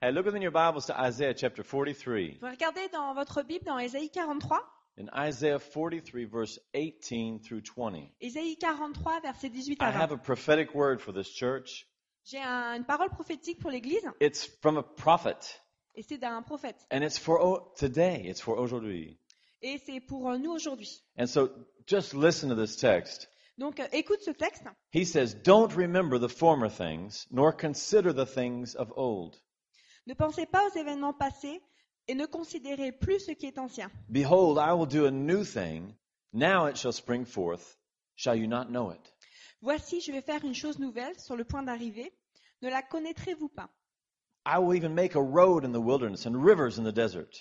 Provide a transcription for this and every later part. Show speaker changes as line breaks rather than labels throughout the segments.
Hey, look within your Bibles to Isaiah chapter 43.
Vous regardez dans votre Bible, dans Ésaïe 43,
In Isaiah 43, verse 18 through 20,
Ésaïe 43, versets 18
I
à
have
20.
a prophetic word for this church.
J'ai un- une parole prophétique pour l'Église,
It's from a prophet,
et c'est d'un prophète.
and it's for o- today. It's for aujourd'hui.
Et c'est pour euh, nous aujourd'hui.
And so just listen to this text.
Donc, euh, écoute ce texte.
He says, Don't remember the former things, nor consider the things of old.
Ne pensez pas aux événements passés et ne considérez plus ce qui est ancien.
Behold, I will do a new thing. Now it shall spring forth. Shall you not know it?
Voici, je vais faire une chose nouvelle sur le point d'arriver. Ne la connaîtrez-vous pas
I will even make a road in the wilderness and rivers in the desert.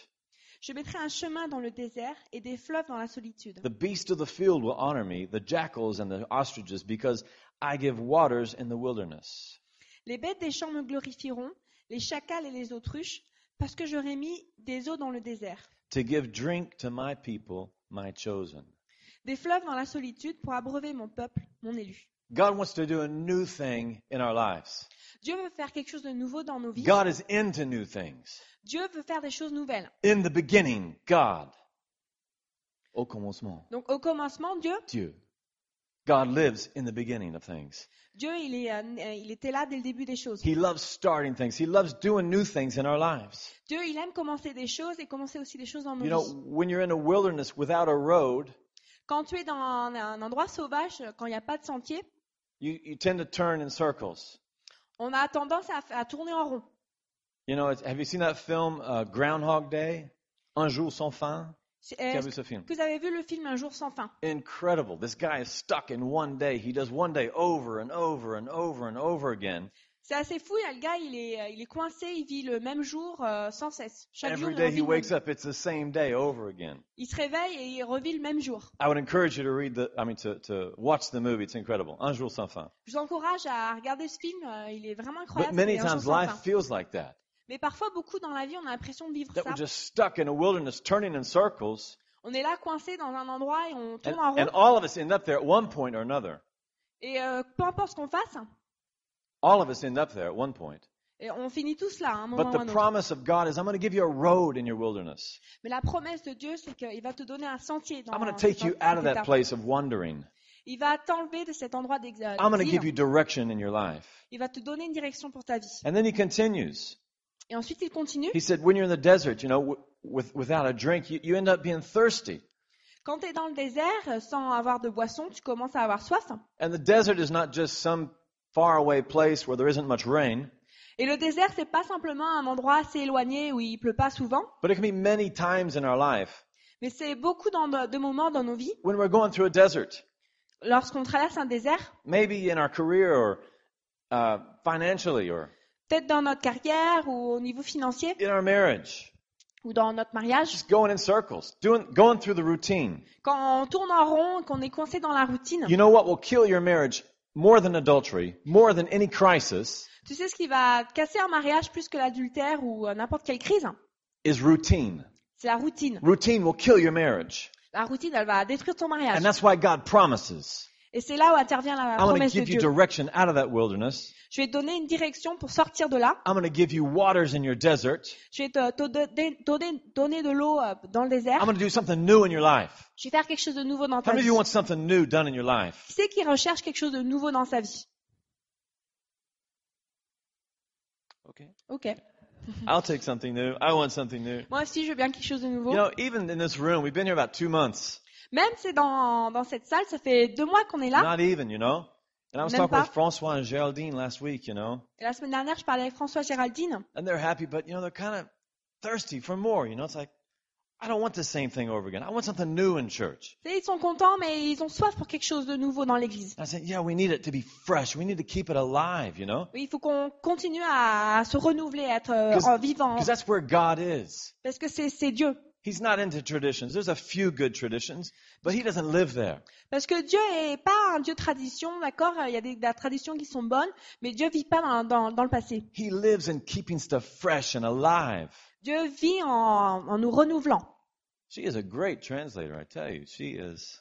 Je mettrai un chemin dans le désert et des fleuves dans la solitude.
The beasts of the field will honor me, the jackals and the ostriches, because I give waters in the wilderness.
Les bêtes des champs me glorifieront, les chacals et les autruches, parce que j'aurai mis des eaux dans le désert,
To give drink to my people, my chosen.
des fleuves dans la solitude pour abreuver mon peuple, mon élu.
God wants to do a new thing in our lives.
Dieu veut faire quelque chose de nouveau dans nos vies.
God is into new things.
Dieu veut faire des choses nouvelles.
In the beginning, God. Au commencement,
Donc au commencement, Dieu,
Dieu. God lives in the beginning of things.
Dieu, il, est, euh, il était là dès le début des choses.
He loves starting things. He loves doing new things in our lives.
Dieu, il aime commencer des choses et commencer aussi des choses dans nos
You know,
vies.
when you're in a wilderness without a road,
Quand tu es dans un, un endroit sauvage, quand il n'y a pas de sentier,
you, you tend to turn in circles.
on a tendance à, à tourner en rond.
You know, it's, have you seen that film uh, Groundhog Day? Un jour sans fin?
C'est- euh,
Qui a
Est-ce
vu ce film?
que vous avez vu le film Un jour sans fin
Incredible. This guy is stuck in one day. He does one day over and over and over and over again.
C'est assez fou, là, le gars, il est, euh, il est coincé, il vit le même jour euh, sans cesse. Chaque jour,
Every
il,
day
revit
he
le même-
wakes up, it's the same day over again.
il se réveille et il revit le même jour.
I would encourage you to read the, I mean, to, to watch the movie. It's incredible. Un jour sans fin.
Je vous encourage à regarder ce film, euh, il est vraiment
But
incroyable.
many
c'est Un jour
times
sans
life
fin.
feels like that.
Mais parfois, beaucoup dans la vie, on a l'impression de vivre
That
ça.
we're just stuck in a wilderness, turning in circles,
On est là, coincé dans un endroit et on
and,
tourne en rond.
and all of us end up there at one point or another.
Et euh, peu importe ce qu'on fasse,
All of us end up there at one point.
et on finit tous là, à un moment
But
ou à
the
un autre.
promise of God is, I'm going to give you a road in your wilderness.
Mais la promesse de Dieu, c'est qu'il va te donner un sentier dans
I'm going
dans
to take you
cet
out of
état.
that place of wandering.
Il va t'enlever de cet endroit d'ex-
I'm going to
d'exil.
give you direction in your life.
Il va te donner une direction pour ta vie.
And then he continues.
Et ensuite, il continue.
He said, when you're in the desert, you know, w- with, without a drink, you, you end up being thirsty.
Quand tu es dans le désert, euh, sans avoir de boisson, tu commences à avoir soif.
And the desert is not just some faraway place where there isn't much rain,
Et le désert, c'est pas simplement un endroit assez éloigné où il pleut pas souvent,
but it can be many times in our life
mais c'est beaucoup dans de, de moments dans nos vies,
when we're going through a desert,
lorsqu'on traverse un désert,
maybe in our career or uh, financially or
peut-être dans notre carrière ou au niveau financier
in our marriage,
ou dans notre mariage,
just going in circles, doing, going through the routine.
quand on tourne en rond, qu'on est coincé dans la routine,
You know what will kill your marriage more than adultery, more than any crisis,
tu sais ce qui va casser un mariage plus que l'adultère ou euh, n'importe quelle crise
is routine.
C'est la routine.
Routine will kill your marriage.
La routine, elle va détruire ton mariage.
And that's why God promises.
Et c'est là où intervient
I'm
la
going to
promesse de
give you
Dieu.
direction out of that wilderness.
Je vais te donner une direction pour sortir de là.
I'm going to give you waters in your desert.
Je vais te, te donner, donner- donner de l'eau euh, dans le désert.
I'm going to do something new in your life.
Je vais faire quelque chose de nouveau dans
How
ta
many of
vie.
you want something new done in your life?
Qui c'est qui recherche quelque chose de nouveau dans sa vie
Okay.
Ok.
I'll take something new. I want something new.
Moi aussi, je veux bien quelque chose de nouveau.
You know, even in this room, we've been here about two months.
Même c'est dans, dans cette salle, ça fait deux mois qu'on est là.
Not even, you know. And I was
Même
talking with
pas.
Francois and Geraldine last week, you know.
Et la semaine dernière, je parlais avec François Géraldine.
and they're happy, but you know, they're kind of thirsty for more. You know, it's like, I don't want the same thing over again. I want something new in church.
Tu sais, Ils sont contents, mais ils ont soif pour quelque chose de nouveau dans l'église.
And I said, yeah, we need it to be fresh. We need to keep it alive, you know,
Oui, il faut qu'on continue à, à se renouveler, à être euh,
Cause-
en vivant,
because that's where God is.
parce que c'est c'est Dieu.
He's not into traditions. There's a few good traditions, but he doesn't live there.
Parce que Dieu est pas un Dieu tradition, d'accord Il y a des, des traditions qui sont bonnes, mais Dieu vit pas dans, dans- dans le passé.
He lives in keeping stuff fresh and alive.
Dieu vit en, en nous renouvelant.
She is a great translator, I tell you. She is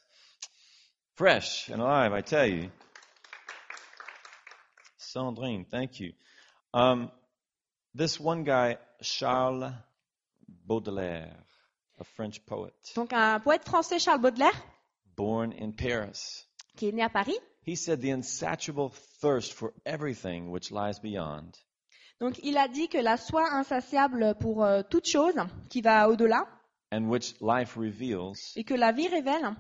fresh and alive, I tell you. Sandrine, thank you. Um, This one guy, Charles Baudelaire, a French poet,
Donc un poète français, Charles Baudelaire,
born in Paris,
qui est né à Paris.
he said the insatiable thirst for everything which lies beyond
Donc il a dit que la soif insatiable pour euh, toute chose qui va au-delà
and which life reveals
et que la vie révèle,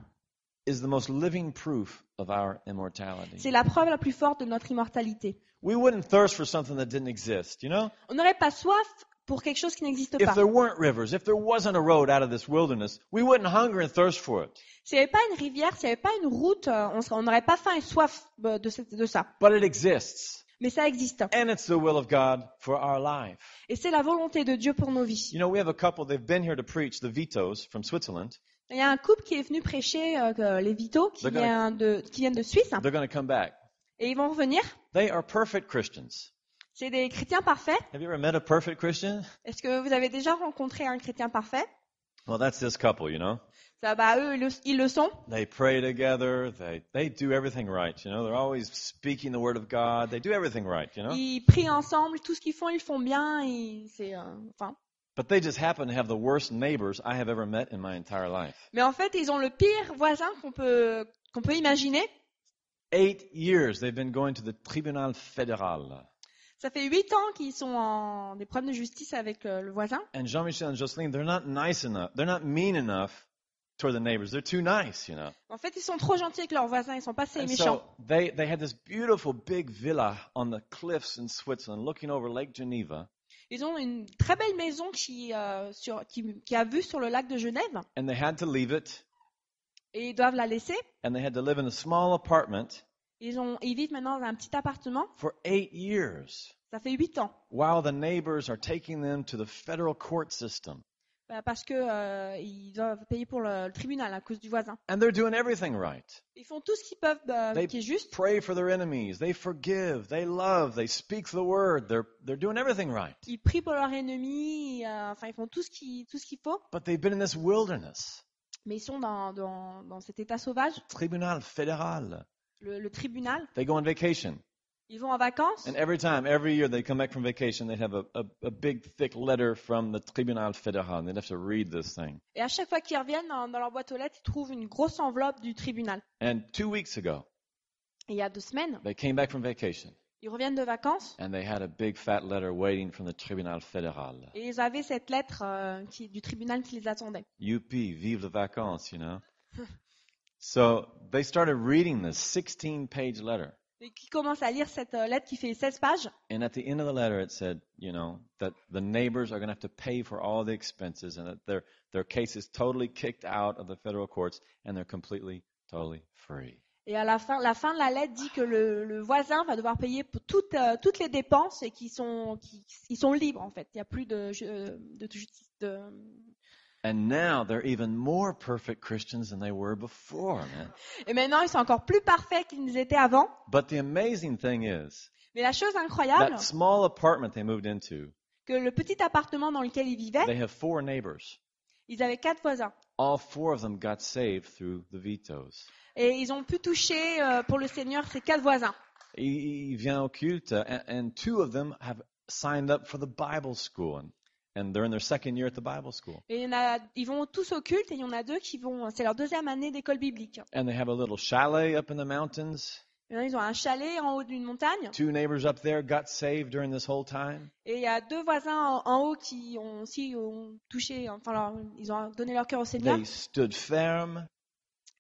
is the most living proof of our
c'est
immortality.
la preuve la plus forte de notre immortalité.
We wouldn't thirst for something that didn't exist, you know?
On n'aurait pas soif pour quelque chose qui n'existe
If
pas.
there weren't rivers, if there wasn't a road out of this wilderness, we wouldn't hunger and thirst for it.
S'il n'y avait pas une rivière, s'il n'y avait pas une route, euh, on serait- on n'aurait pas faim et soif euh, de, cette- de ça.
But it exists.
Mais ça existe.
And it's the will of God for our life.
Et c'est la volonté de Dieu pour nos vies.
You know, we have a couple, they've been here to preach, the Vitos from Switzerland.
Il y a un couple qui est venu prêcher, euh, que- les Vito, qui,
D'accord.
vient de, qui viennent de Suisse,
They're going to come back.
et ils vont revenir.
They are perfect Christians.
C'est des chrétiens parfaits.
Have you ever met a perfect Christian?
Est-ce que vous avez déjà rencontré un chrétien parfait
Well, that's this couple, you know.
Ça, bah, eux, ils le, ils le sont.
They pray together. They, they do everything right, you know. They're always speaking the word of God. They do everything right, you know.
Ils prient ensemble, tout ce qu'ils font, ils le font bien. et c'est, euh, enfin.
But they just happen to have the worst neighbors I have ever met in my entire life.
Mais en fait, ils ont le pire voisin qu'on peut, qu'on peut imaginer.
Eight years they've been going to the Tribunal Fédéral.
Ça fait huit ans qu'ils sont en des problèmes de justice avec euh, le voisin.
And Jean-Michel and Jocelyn, they're not nice enough. They're not mean enough toward the neighbors. They're too nice, you know.
En fait, ils sont trop gentils avec leurs voisins, ils sont pas assez
And
méchants.
so they, they had this beautiful big villa on the cliffs in Switzerland looking over Lake Geneva.
Ils ont une très belle maison qui, euh, sur, qui, qui a vue sur le lac de Genève
And they had to leave it.
et ils doivent la laisser.
And they had to live in a small apartment
Ils, ont, ils vivent maintenant dans un petit appartement.
for eight years
Ça fait huit ans.
while the neighbors are taking them to the federal court system.
Bah, Parce que euh, ils doivent payer pour le, le tribunal à cause du voisin.
And they're doing everything right.
Ils font tout ce qu'ils peuvent bah,
They-
qui est juste.
Pray for their enemies. They forgive. They love. They speak the word. They're, they're doing everything right.
Ils prient pour leur ennemi. euh, enfin, ils font tout ce qui- tout ce qu'il faut.
But they've been in this wilderness.
Mais ils sont dans, dans, dans cet état sauvage,
Tribunal Fédéral.
le, le tribunal.
They go on vacation.
Ils vont en vacances.
And every time, every year they come back from vacation, they have a, a, a big, thick letter from the Tribunal Fédéral. And they'd have to read this thing.
Et à chaque fois qu'ils reviennent dans, dans leur boîte aux lettres, ils trouvent une grosse enveloppe du tribunal.
And two weeks ago,
Et il y a deux semaines,
they came back from vacation
ils reviennent de vacances
and they had a big, fat letter waiting from the Tribunal Fédéral.
et ils avaient cette lettre euh, qui, du tribunal qui les attendait.
UP, vive les vacances, you know? so they started reading this 16 page letter.
Et qui commence à lire cette euh, lettre qui fait 16 pages.
And at the end of the letter, it said, you know, that the neighbors are going to have to pay for all the expenses and that their, their case is totally kicked out of the federal courts and they're completely, totally free.
Et à la fin, la fin de la lettre dit que le, le voisin va devoir payer pour toutes, euh, toutes les dépenses et qu'ils sont, qu'ils- ils sont libres en fait. Il n'y a plus de, ju- euh, de justice. de-
And now they're even more perfect Christians than they were before, man.
Et maintenant, ils sont encore plus parfaits qu'ils n'étaient avant.
But the amazing thing is,
Mais la chose incroyable,
that small apartment they moved into,
que le petit appartement dans lequel ils vivaient,
they have four neighbors.
ils avaient quatre voisins.
All four of them got saved through the vetoes.
Et ils ont pu toucher euh, pour le Seigneur ces quatre voisins.
Il il vient au culte, and, and two of them have signed up for the Bible school, and, and they're in their second year at the Bible school.
Et il y en a- ils vont tous au culte et il y en a deux qui vont, c'est leur deuxième année d'école biblique.
And they have a little chalet up in the mountains.
Il y en a, ils ont un chalet en haut d'une montagne
Two neighbors up there got saved during this whole time.
et il y a deux voisins en, en haut qui ont aussi ont touché, enfin leur- ils ont donné leur cœur au Seigneur.
They stood firm,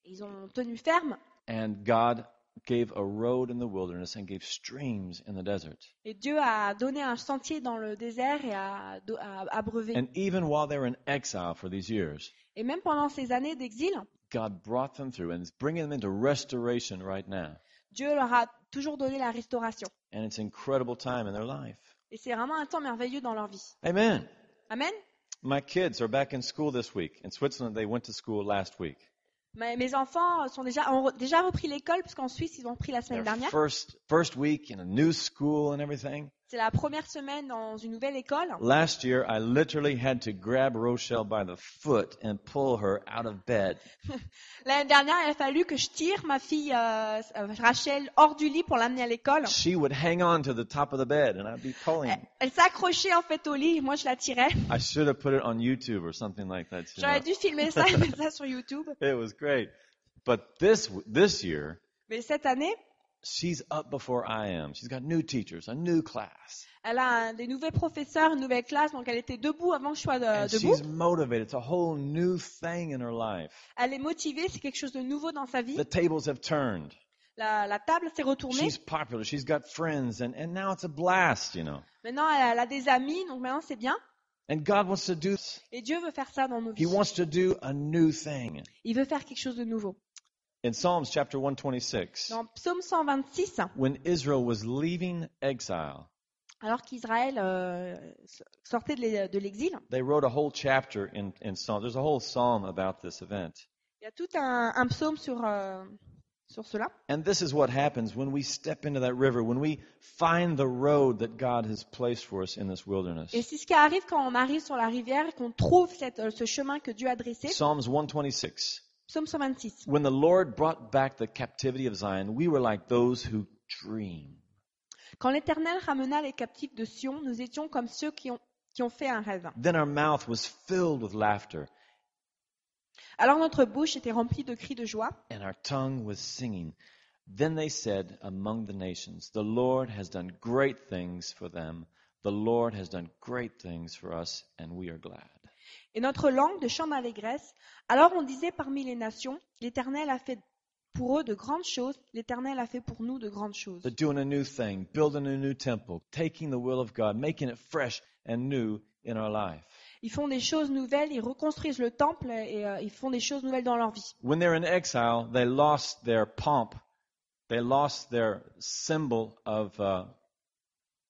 Ils ont tenu ferme
and God gave a road in the wilderness and gave streams in the desert.
et Dieu a donné un sentier dans le désert et a, do- a abreuvé.
And even while they were in exile for these years,
Et même pendant ces années d'exil,
God brought them through and is bringing them into restoration right now.
Dieu leur a toujours donné la restauration.
And it's an incredible time in their life.
Et c'est vraiment un temps merveilleux dans leur vie.
Amen.
Amen.
My kids are back in school this week. In Switzerland, they went to school last week.
Mais mes enfants sont déjà, ont re- déjà repris l'école, puisqu'en Suisse, ils ont repris la semaine
Their
dernière.
first first week in a new school and everything.
C'est la première semaine dans une nouvelle école.
Last year, I literally had to grab Rochelle by the foot and pull her out of bed.
L'année dernière, il a fallu que je tire ma fille euh, euh, Rachel hors du lit pour l'amener à l'école.
She would hang on to the top of the bed, and I'd be pulling.
Elle s'accrochait en fait au lit, et moi je la tirais.
I should have put it on YouTube or something like that. you
J'aurais dû filmer ça et mettre ça sur YouTube.
know. It was great. But this this year,
Mais cette année,
she's up before I am. She's got new teachers, a new class.
elle a un- des nouveaux professeurs, une nouvelle classe, donc elle était debout avant que je sois de-
And
debout.
she's motivated. It's a whole new thing in her life.
Elle est motivée, c'est quelque chose de nouveau dans sa vie.
The tables have turned.
La, la table s'est retournée.
She's popular. She's got friends, and, and now it's a blast, you know.
Maintenant, elle a, elle a des amis, donc maintenant c'est bien.
And God wants to do this.
Et Dieu veut faire ça dans nos
He
vies.
wants to do a new thing.
Il veut faire quelque chose de nouveau.
In Psalms chapter 126,
Dans Psaume 126,
when Israel was leaving exile,
alors qu'Israël euh, sortait de l'e- de l'exil,
they wrote a whole chapter in, in Psalm. There's a whole psalm about this event.
il y a tout un, un psaume sur, euh, sur cela.
And this is what happens when we step into that river, when we find the road that God has placed for us in this wilderness.
Et c'est ce qui arrive quand on arrive sur la rivière, qu'on trouve cette- euh, ce chemin que Dieu a dressé.
Psalms 126.
Psaume 126.
When the Lord brought back the captivity of Zion, we were like those who dream.
Quand l'Éternel ramena les captifs de Sion, nous étions comme ceux qui ont, qui ont fait un rêve.
Then our mouth was filled with laughter,
Alors notre bouche était remplie de cris de joie.
and our tongue was singing. Then they said among the nations, The Lord has done great things for them. The Lord has done great things for us, and we are glad.
et notre langue de chant d'allégresse. Alors on disait parmi les nations, l'Éternel a fait pour eux de grandes choses, l'Éternel a fait pour nous de grandes choses.
They're doing a new thing, building a new temple, taking the will of God, making it fresh and new in our life.
Ils font des choses nouvelles, ils reconstruisent le temple et euh, ils font des choses nouvelles dans leur vie.
When they're in exile, they lost their pomp, they lost their symbol of, uh,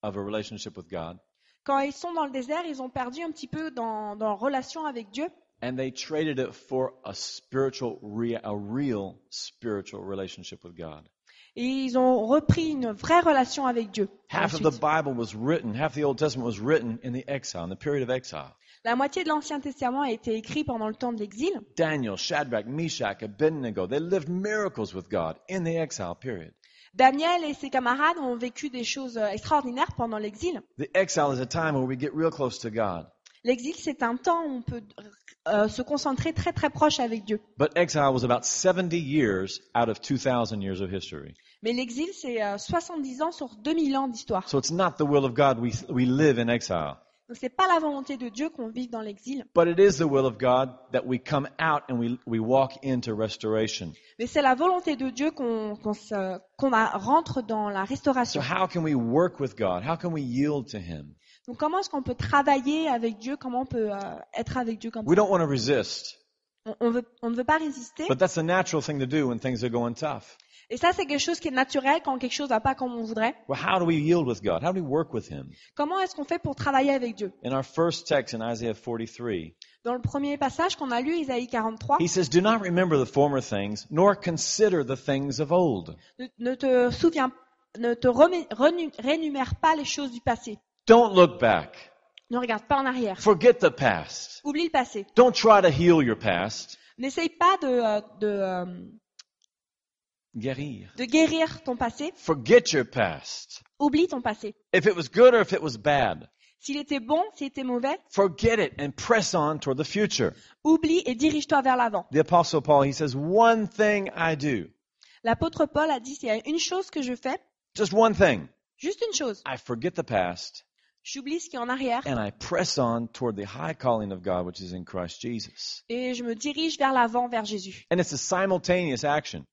of a relationship with God,
Quand ils sont dans le désert, ils ont perdu un petit peu dans, dans leur relation avec Dieu
and they traded it for a spiritual, rea- a real spiritual relationship with God.
et ils ont repris une vraie relation avec Dieu. par la
Half of the
suite.
Bible was written, half the Old Testament was written in the exile, in the period of exile.
La moitié de l'Ancien Testament a été écrit pendant le temps de l'exil.
Daniel, Shadrach, Meshach, Abednego, they lived miracles with God in the exile period.
Daniel et ses camarades ont vécu des choses euh, extraordinaires pendant l'exil.
The exile is a time where we get real close to God.
L'exil, c'est un temps où on peut euh, se concentrer très très proche avec Dieu.
But exile was about 70 years out of 2,000 years of history.
Mais l'exil, c'est euh, 70 ans sur 2000 ans d'histoire.
So it's not the will of God we, we live in exile.
Donc c'est pas la volonté de Dieu qu'on vive dans l'exil,
But it is the will of God that we come out and we, we walk into restoration.
mais c'est la volonté de Dieu qu'on qu'on se- qu'on a- rentre dans la
So
restauration.
how can we work with God? How can we yield to Him?
Donc comment est-ce qu'on peut travailler avec Dieu Comment on peut euh, être avec Dieu comme
We
ça
don't want to resist,
on, on veut- on ne veut pas résister.
but that's a natural thing to do when things are going tough.
Et ça, c'est quelque chose qui est naturel quand quelque chose va pas comme on voudrait.
Well, how do we yield with God? How do we work with Him?
Comment est-ce qu'on fait pour travailler avec Dieu
In our first text in Isaiah 43,
Dans le premier passage qu'on a lu, Isaïe 43,
He says, Do not remember the former things, nor consider the things of old.
ne, ne te souviens, ne te remé- renu- rénumère pas les choses du passé.
Don't look back.
Ne regarde pas en arrière.
Forget the past.
Oublie le passé.
Don't try to heal your past.
N'essaye pas de, euh, de, euh,
Guérir.
de guérir ton passé.
Forget your past.
Oublie ton passé.
If it was good or if it was bad,
S'il était bon, s'il était mauvais,
forget it and press on toward the future.
oublie et dirige-toi vers l'avant.
The apostle Paul, he says, one thing I do.
L'apôtre Paul a dit, s'il y a une chose que je fais,
Just one thing.
juste une chose,
I forget the past
j'oublie ce qui est en arrière
and I press on toward the high calling of God, which is in Christ Jesus.
et je me dirige vers l'avant, vers Jésus.
And it's a simultaneous action.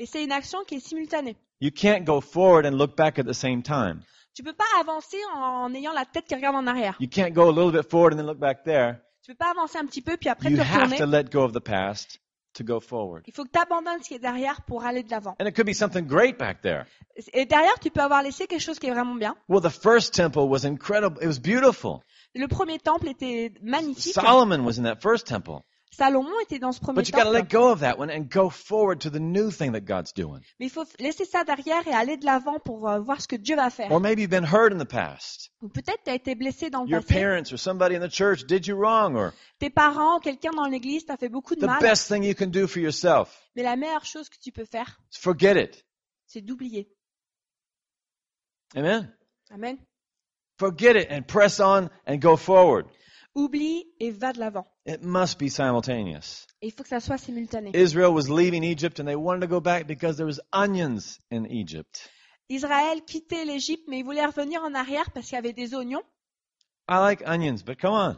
Et c'est une action qui est simultanée.
You can't go forward and look back at the same time.
Tu peux pas avancer en, en ayant la tête qui regarde en arrière.
You can't go a little bit forward and then look back there.
Tu peux pas avancer un petit peu puis après
You
te
have
retourner.
to let go of the past to go forward.
Il faut que tu abandonnes ce qui est derrière pour aller de l'avant.
And it could be something great back there.
Et derrière, tu peux avoir laissé quelque chose qui est vraiment bien.
Well, the first temple was incredible. It was beautiful.
Le premier temple était magnifique.
Solomon was in that first temple.
Salomon était dans ce premier
But you got to
temple.
let go of that one and go forward to the new thing that God's doing.
Mais il faut laisser ça derrière et aller de l'avant pour euh, voir ce que Dieu va faire.
Or maybe you've been hurt in the past.
Ou peut-être tu as été blessé dans le
Your
passé.
parents or somebody in the church did you wrong, or
Tes parents, quelqu'un dans l'église t'a fait beaucoup de
the
mal.
best thing you can do for yourself
Mais la meilleure chose que tu peux faire,
is forget it.
c'est d'oublier.
Amen?
Amen.
Forget it and press on and go forward.
Oublie et va de l'avant.
It must be simultaneous.
Et il faut que ça soit simultané.
Israel was leaving Egypt and they wanted to go back because there was onions in Egypt.
Israël quittait l'Égypte, mais il voulait revenir en arrière parce qu'il y avait des oignons.
I like onions, but come on.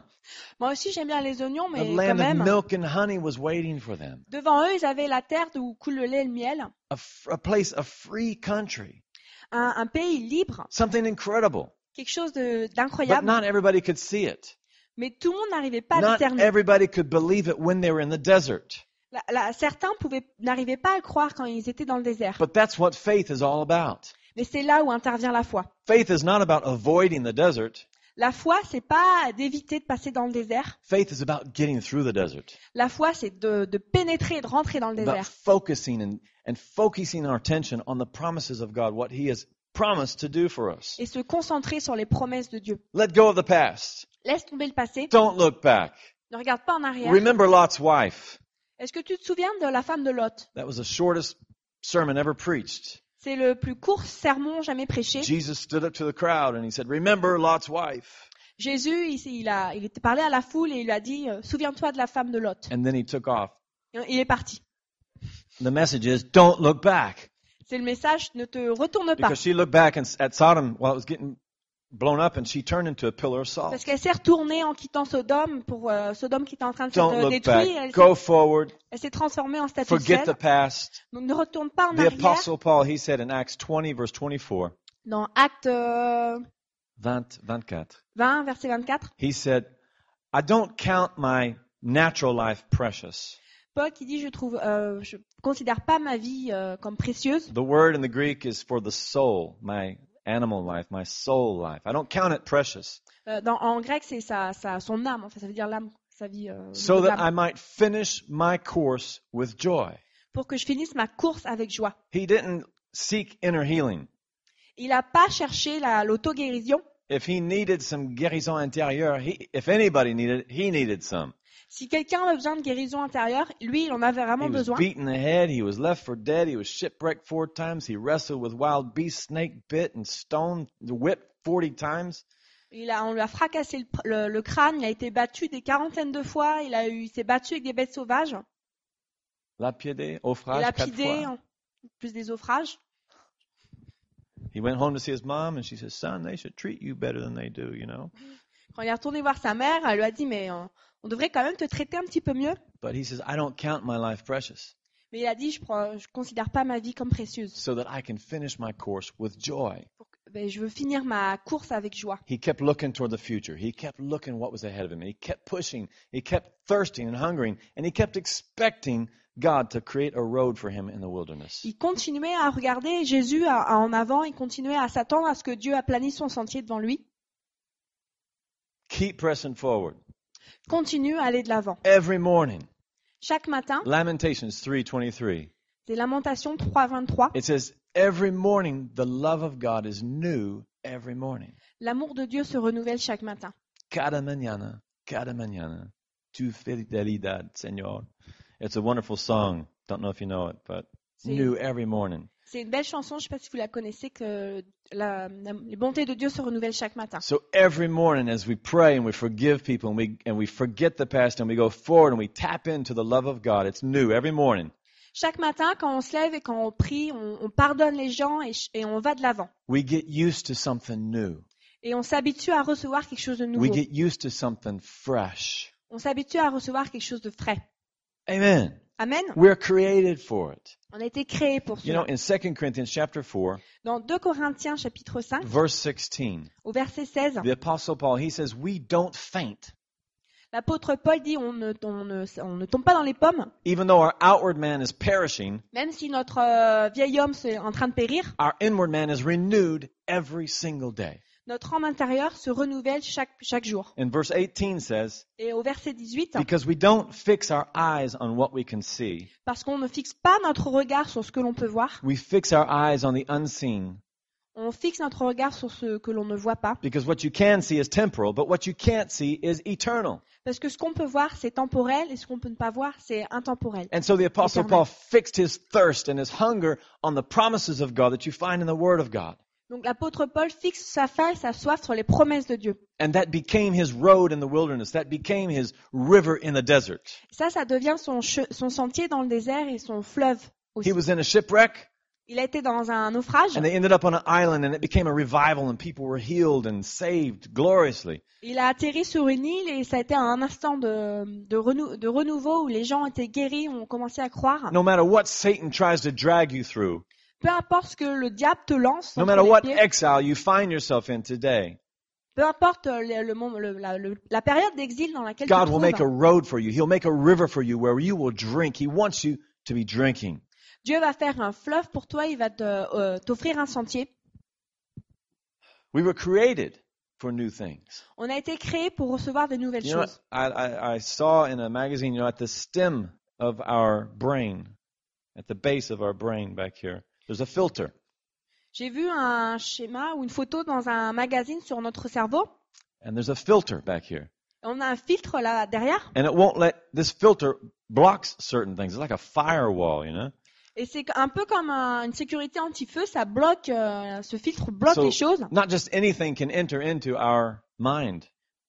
Moi aussi, j'aime bien les oignons,
The
mais quand
land of
même,
milk and honey was waiting for them.
devant eux, ils avaient la terre d'où coule le lait et le miel,
A, f- a place, a free country.
un, un pays libre,
Something incredible.
quelque chose de-
But
d'incroyable.
not everybody could see it.
Mais tout le monde n'arrivait pas à
Not
discerner.
everybody could believe it when they were in the desert.
La- la- certains pouvaient- n'arrivaient pas à le croire quand ils étaient dans le désert.
But that's what faith is all about.
Mais c'est là où intervient la foi.
Faith is not about avoiding the desert.
La foi, c'est pas d'éviter de passer dans le désert.
Faith is about getting through the desert.
La foi, c'est de, de pénétrer, de rentrer dans le
About
désert.
focusing and, and focusing our attention on the promises of God, what He has promised to do for us.
Et se concentrer sur les promesses de Dieu.
Let go of the past.
Laisse tomber le passé.
Don't look back.
Ne regarde pas en arrière.
Remember Lot's wife.
Est-ce que tu te souviens de la femme de Lot
That was the shortest sermon ever preached.
C'est le plus court sermon jamais prêché.
Jesus stood up to the crowd and he said, Remember Lot's wife.
Jésus, il, il a, il était parlé à la foule et il lui a dit euh, Souviens-toi de la femme de Lot.
And then he took off.
Et Il est parti.
The message is, don't look back.
C'est le message ne te retourne pas.
Because she looked back and, at Sodom while it was getting blown up and she turned into a pillar of
Parce
salt.
qu'elle s'est retournée en quittant Sodome pour euh, Sodome qui était en train de se
Don't
euh,
look
détruire. et
back.
Elle,
Go
s'est-
forward.
elle s'est transformée en statue de
Forget the
sel.
past.
Donc ne retourne pas en
The
arrière.
apostle Paul, he said in Acts 20 verse 24,
Dans Acte euh,
20, 24,
20, verset 24,
he said, I don't count my natural life precious.
Paul qui dit Je trouve, euh, je considère pas ma vie euh, comme précieuse.
The word in the Greek is for the soul, my animal life, my soul life. I don't count it precious,
Euh, dans- en grec, c'est sa, sa- son âme. Enfin, ça veut dire l'âme, sa vie. euh, au niveau
so
de
that
l'âme.
I might finish my course with joy.
Pour que je finisse ma course avec joie.
He didn't seek inner healing.
Il n'a pas cherché la- l'auto-guérison.
If he needed some guérison intérieure, he, if anybody needed, it, he needed some.
Si quelqu'un a besoin de guérison intérieure, lui, il en avait
He
vraiment
was
besoin.
beaten the head. He was left for dead. He was shipwrecked four times. He wrestled with wild beasts, snake bit, and stoned, whipped 40 times.
Il a, on lui a fracassé le, pr- le- le crâne, il a été battu des quarantaines de fois, il, a eu, il s'est battu avec des bêtes sauvages,
Lapidé,
il
naufrage,
a
quatre
lapidé,
fois.
en plus des naufrages.
He went home to see his mom, and she said, son, they should treat you better than they do, you know.
Quand il est retourné voir sa mère, elle lui a dit, mais euh, on devrait quand même te traiter un petit peu mieux.
But he says, I don't count my life precious
Mais il a dit, je ne considère pas ma vie comme précieuse.
so that I can finish my course with joy.
Pour que- ben, je veux finir ma course avec joie.
He kept looking toward the future. He kept looking what was ahead of him. He kept pushing. He kept thirsting and hungering. And he kept expecting God to create a road for him in the wilderness.
Il continuait à regarder Jésus à- à en avant, il continuait à s'attendre à ce que Dieu aplanisse son sentier devant lui.
Keep pressing forward.
Continue à aller de l'avant.
Every morning.
Chaque matin,
Lamentations 3.23.
c'est Lamentation 3.23.
It says, every morning the love of God is new every morning.
L'amour de Dieu se renouvelle chaque matin.
Cada mañana, cada mañana, tu fidelidad, Señor. It's a wonderful song. Don't know if you know it, but
C'est
new every morning.
c'est une belle chanson, je ne sais pas si vous la connaissez, que la- la- les bontés de Dieu se renouvellent chaque matin.
So every morning as we pray and we forgive people and we, and we forget the past and we go forward and we tap into the love of God, it's new every morning.
Chaque matin, quand on se lève et quand on prie, on, on pardonne les gens et, ch- et on va de l'avant.
We get used to something new.
Et on s'habitue à recevoir quelque chose de
We
nouveau.
get used to something fresh.
On s'habitue à recevoir quelque chose de frais.
Amen.
Amen.
We're created for it.
On a été créés pour
You know,
cela.
in 2 Corinthians chapter 4,
Dans 2 Corinthiens chapitre 5,
verse 16,
au verset 16,
the apostle Paul, he says, "We don't faint,
l'apôtre Paul dit on ne, on ne- on ne tombe pas dans les pommes,
even though our outward man is perishing,
même si notre euh, vieil homme est en train de périr.
our inward man is renewed every single day."
notre homme intérieur se renouvelle chaque, chaque jour.
And verse 18 says,
Et au verset 18,
Because we don't fix our eyes on what we can see,
parce qu'on ne fixe pas notre regard sur ce que l'on peut voir,
we fix our eyes on the unseen.
on fixe notre regard sur ce que l'on ne voit pas.
Because what you can see is temporal, but what you can't see is eternal.
Parce que ce qu'on peut voir, c'est temporel, et ce qu'on peut ne pas voir, c'est intemporel.
And so the Apostle
Eternal.
Paul fixed his thirst and his hunger on the promises of God that you find in the Word of God.
Donc l'apôtre Paul fixe sa faim et sa soif sur les promesses de Dieu.
And that became his road in the wilderness. That became his river in the desert.
Ça, ça devient son, che- son sentier dans le désert et son fleuve
He
aussi.
was in a shipwreck
Il a été dans un naufrage,
and they ended up on an island and it became a revival and people were healed and saved gloriously.
il a atterri sur une île et ça a été un instant de, de, renou- de renouveau où les gens étaient guéris, ont commencé à croire.
No matter what Satan tries to drag you through,
Peu importe ce que le diable te lance,
no
entre
matter
les
what
pieds,
exile you find yourself in today,
peu importe euh, le- le moment- le- la, le- la période d'exil dans laquelle
God
tu
will
te
make a
trouves,
road for you. He'll make a river for you where you will drink. He wants you to be drinking.
Dieu va faire un fleuve pour toi, il va te, euh, t'offrir un sentier.
We were created for new things.
On a été créé pour recevoir de nouvelles
You know,
choses.
I, I, I saw in a magazine, you know, at the stem of our brain, at the base of our brain back here, there's a filter.
J'ai vu un schéma ou une photo dans un magazine sur notre cerveau.
And there's a filter back here.
On a un filtre là derrière
And it won't let, this filter blocks certain things. It's like a firewall, you know?
et c'est un peu comme un- une sécurité anti-feu, ça bloque, euh, ce filtre bloque
So-
les choses.
Not just anything can enter into our mind.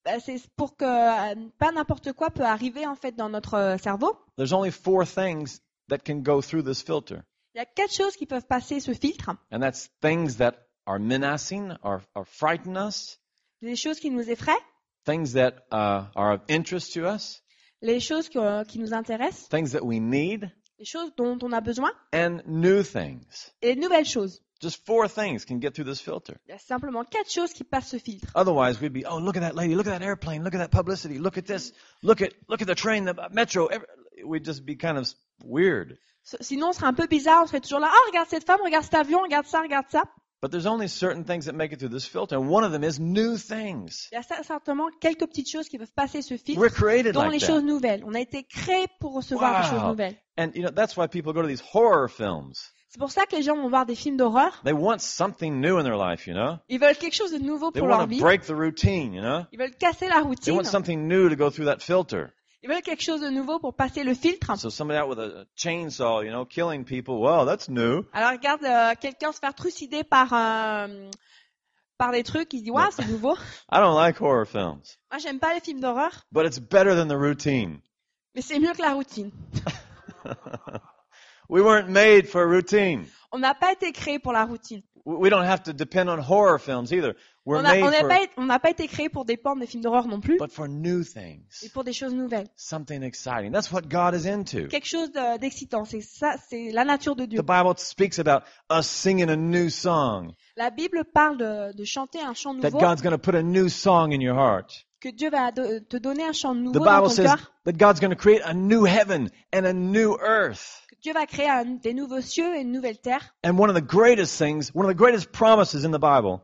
Bah, c'est pour que euh, pas n'importe quoi peut arriver en fait dans notre euh, cerveau.
There's only four things that can go through this filter.
Il y a quatre choses qui peuvent passer ce filtre.
And that's things that are menacing, or, or frighten us,
Les choses qui nous effraient,
things that uh, are of interest to us,
les choses que- euh, qui nous intéressent,
things that we need,
les choses dont on a besoin
and new things.
et les nouvelles choses.
Just four things can get through this filter.
Il y a simplement quatre choses qui passent ce filtre.
Otherwise, we'd be, oh, look at that lady, look at that airplane, look at that publicity, look at this, look at look at the train, the uh, metro. Every, we'd just be kind of weird.
S- Sinon, on serait un peu bizarre, on serait toujours là, ah, regarde cette femme, regarde cet avion, regarde ça, regarde ça.
But there's only certain things that make it through this filter, and one of them is new things.
Il y a cer- certainement quelques petites choses qui peuvent passer ce filtre,
We're created
dont
like
les choses
that,
nouvelles. On a été créé pour recevoir des
Wow.
choses nouvelles.
and you know that's why people go to these horror films.
C'est pour ça que les gens vont voir des films d'horreur.
They want something new in their life, you know.
Ils veulent quelque chose de nouveau
They
pour leur
want to
vie.
break the routine, you know.
Ils veulent casser la
They
routine.
want something new to go through that filter.
Ils veulent quelque chose de nouveau pour passer le filtre.
So somebody out with a chainsaw, you know, killing people. Well, that's new.
Alors regarde euh, quelqu'un se faire trucider par euh, par des trucs. Il se dit waouh
Non.
c'est nouveau.
I don't like horror films.
Moi j'aime pas les films d'horreur,
but it's better than the routine.
mais c'est mieux que la routine.
we weren't made for routine.
On n'a pas été créé pour la routine.
We we don't have to depend on horror films either. We're
On a- on
made
n'a
for,
pas été- on n'a pas été créé pour dépendre des films d'horreur non plus,
but for new
mais
things,
pour des choses nouvelles.
something exciting. That's what God is into.
Quelque chose de- d'excitant. C'est ça, c'est la nature de Dieu.
The Bible speaks about us singing a new song.
La Bible parle de, de chanter un chant
That
nouveau,
God's going to put a new song in your heart.
que Dieu va do- te donner un chant nouveau
The
dans
Bible
ton
says
cœur,
that God's going to create a new heaven and a new earth.
que Dieu va créer un- des nouveaux cieux et une nouvelle terre.
And one of the greatest things, one of the greatest promises in the Bible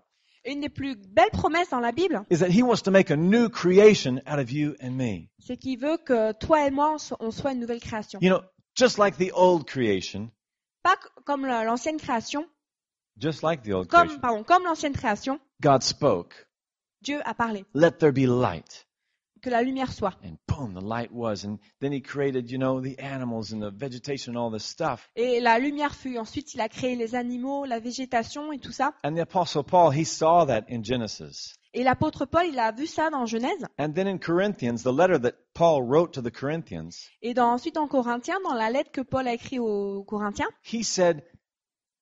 Et une des plus belles promesses dans la Bible,
is that He wants to make a new creation out of you and me.
c'est qu'il veut que toi et moi, on so- on soit une nouvelle création.
You know, just like the old creation,
Pas c- comme la- l'ancienne création,
just like the old
comme,
creation,
pardon, comme l'ancienne création,
God spoke,
Dieu a parlé,
let there be light.
que la lumière soit.
And boom, the light was. And then he created, you know, the animals and the vegetation and all this stuff.
Et la lumière fut. Ensuite, il a créé les animaux, la végétation et tout ça.
And the Apostle Paul, he saw that in Genesis.
Et l'apôtre Paul, il a vu ça dans Genèse.
And then in Corinthians, the letter that Paul wrote to the Corinthians,
Et dans, ensuite, en Corinthiens, dans la lettre que Paul a écrite aux Corinthiens,
he said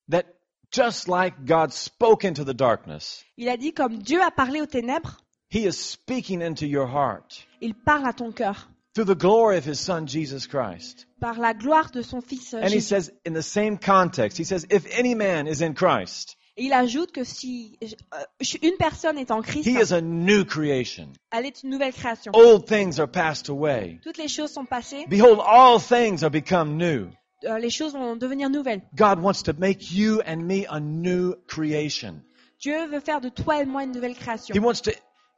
that just like God spoke into the darkness,
il a dit comme Dieu a parlé aux ténèbres,
he is speaking into your heart
il parle à ton cœur
through the glory of his son, Jesus Christ.
par la gloire de son Fils euh,
And he
Jésus.
says, in the same context, he says, if any man is in Christ,
Et il ajoute que si euh, une personne est en Christ,
he is a Oh. new creation.
elle est une nouvelle création.
Old things are passed away.
Toutes les choses sont passées,
Behold, all things are become new.
euh, les choses vont devenir nouvelles.
God wants to make you and me a new creation.
Dieu veut faire de toi et de moi une nouvelle création.
He wants to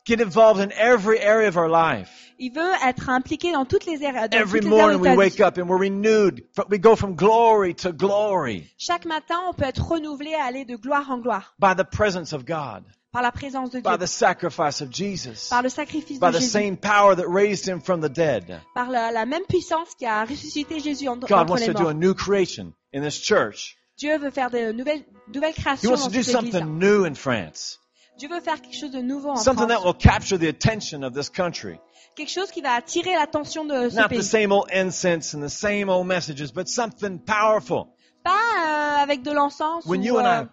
get involved in every area of our life.
Il veut être impliqué dans toutes les aires. Dans
Every
toutes les aires
morning
de
we
ta vie.
wake up and we're renewed. Fr- We go from glory to glory
Chaque matin, on peut être renouvelé à aller de gloire en gloire
by the presence of God,
par la présence de Dieu,
by the sacrifice of Jesus,
par le sacrifice
by
de
the
Jésus,
same power that raised him from the dead.
par la, la même puissance qui a ressuscité Jésus en,
God
entre
wants
les
to do
morts.
a new creation in this church.
Dieu veut faire de nouvelles, nouvelles
He
créations
wants
dans
to do
cette église.
something new in France.
Dieu veut faire quelque chose de nouveau en
Something that
France.
will capture the attention of this country.
Quelque chose qui va attirer l'attention de ce
Not the
pays.
same old incense and the same old messages, but something powerful.
Pas euh, avec de l'encens ou,
When you and
euh,
I-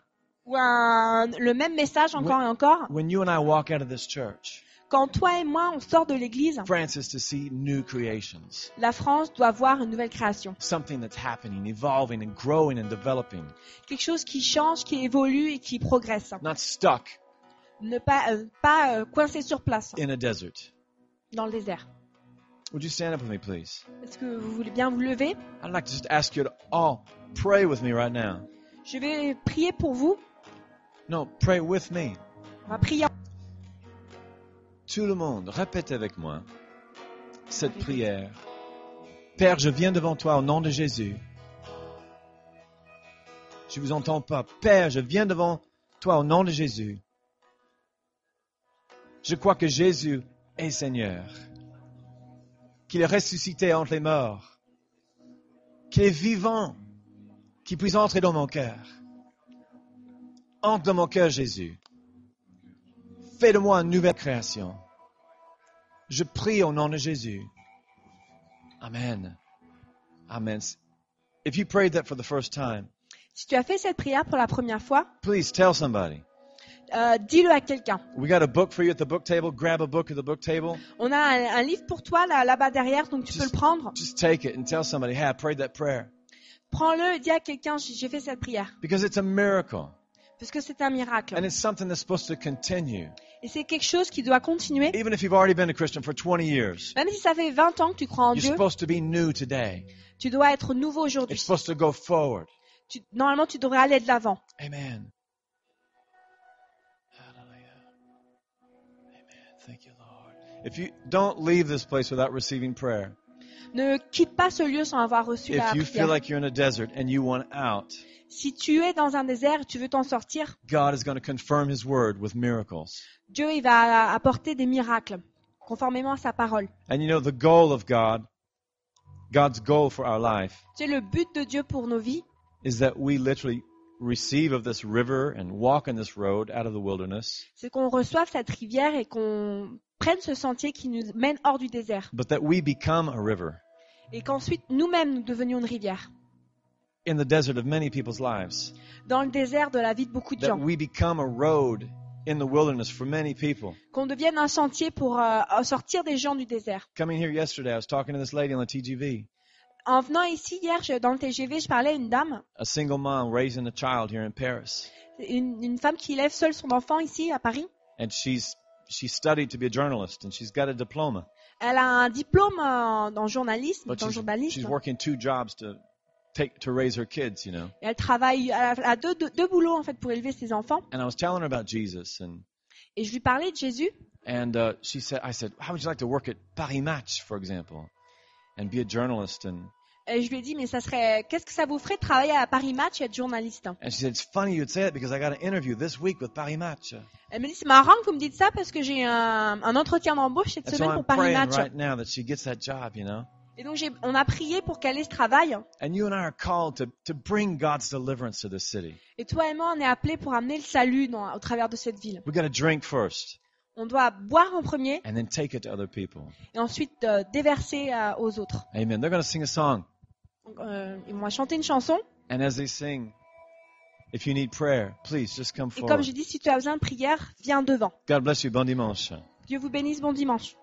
ou un- le même message encore et encore.
When you and I walk out of this church,
Quand toi et moi, on sort de l'église,
France is to see new creations.
la France doit voir une nouvelle création.
Something that's happening, evolving and growing and developing.
Quelque chose qui change, qui évolue et qui progresse.
Not stuck
Ne pas, euh, pas euh, coincé sur place,
in a desert.
dans le désert.
Would you stand up with me, please?
Est-ce que vous voulez bien vous lever
I'd like to just ask you to all pray with me right now.
Je vais prier pour vous.
No, pray with me.
On va prier.
Tout le monde, répète avec moi cette prière. Père, je viens devant toi au nom de Jésus. Je vous entends pas. Père, je viens devant toi au nom de Jésus. Je crois que Jésus est Seigneur, qu'il est ressuscité entre les morts, qu'il est vivant, qu'il puisse entrer dans mon cœur. Entre dans mon cœur, Jésus. Fais de moi une nouvelle création. Je prie au nom de Jésus. Amen. Amen. If you prayed that for the first time,
Si tu as fait cette prière pour la première fois,
please tell somebody.
euh, dis-le à quelqu'un.
We got a book for you at the book table. Grab a book at the book table.
On a un, un livre pour toi là- là-bas derrière, donc tu peux
Just-
le prendre.
Just take it and tell somebody, hey, I prayed that prayer.
Prends-le et dis à quelqu'un, j'ai j'ai fait cette prière.
Because it's a miracle.
Parce que c'est un miracle.
And it's something that's supposed to continue.
Et c'est quelque chose qui doit continuer.
Even if you've already been a Christian for 20 years,
Même si ça fait 20 ans que tu crois en
you're
Dieu,
supposed to be new today.
tu dois être nouveau
It's
aujourd'hui.
supposed to go forward.
Tu- normalement, tu devrais aller de l'avant.
Amen. Hallelujah. Amen. Thank you, Lord. If you don't leave this place without receiving prayer,
Ne quitte pas ce lieu sans avoir reçu la
if you feel
prière.
like you're in a desert and you want out,
Si tu es dans un désert et tu veux t'en sortir,
God is going to confirm His word with miracles.
Dieu il va apporter des miracles, conformément à sa parole.
And you know the goal of God, God's goal for our life,
C'est le but de Dieu pour nos vies,
is that we literally receive of this river and walk on this road out of the wilderness,
c'est qu'on reçoive cette rivière et qu'on prenne ce sentier qui nous mène hors du désert.
but that we become a river
Et qu'ensuite, nous-mêmes, nous devenions une rivière.
in the desert of many people's lives.
Dans le désert de la vie de beaucoup de
That
gens.
we become a road in the wilderness for many people.
Qu'on devienne un sentier pour euh, sortir des gens du désert.
coming here yesterday, I was talking to this lady on the TGV,
En venant ici hier, je- dans le TGV, je parlais à une dame,
a single mom raising a child here in Paris,
une, une femme qui élève seule son enfant ici à Paris.
and she's she studied to be a journalist, and she's got a diploma,
Elle a un diplôme en, en journalisme,
but
dans le
she's, she's
journalisme.
working two jobs to take to raise her kids, you know.
Et elle travaille, elle a elle a deux, deux, deux boulots en fait pour élever ses enfants.
And I was telling her about Jesus, and
Et je lui parlais de Jésus.
and uh, she said, I said, how would you like to work at Paris Match, for example, and be a journalist? And
Et je lui ai dit, mais ça serait, qu'est-ce que ça vous ferait de travailler à Paris Match et être journaliste
and she said, it's funny you'd say it because I got an interview this week with Paris Match,
Elle me dit, c'est marrant que vous me dites ça parce que j'ai un, un entretien d'embauche cette
and so
semaine
I'm
pour Paris
praying
Match. uh
right now that she gets that job, you know.
Et donc j'ai, on a prié pour qu'elle ait ce travail.
And you and I are called to to bring God's deliverance to this city.
Et toi et moi, on est appelés pour amener le salut dans- au travers de cette ville.
We got to drink first
On doit boire en premier
and then take it to other people.
et ensuite euh, déverser euh, aux autres.
Amen. They're going to sing a song.
Donc, euh, ils vont chanter une chanson.
And as they sing, if you need prayer, please just come
Et comme
forward.
j'ai dit, si tu as besoin de prière, viens devant.
God bless you. Bon dimanche.
Dieu vous bénisse, bon dimanche.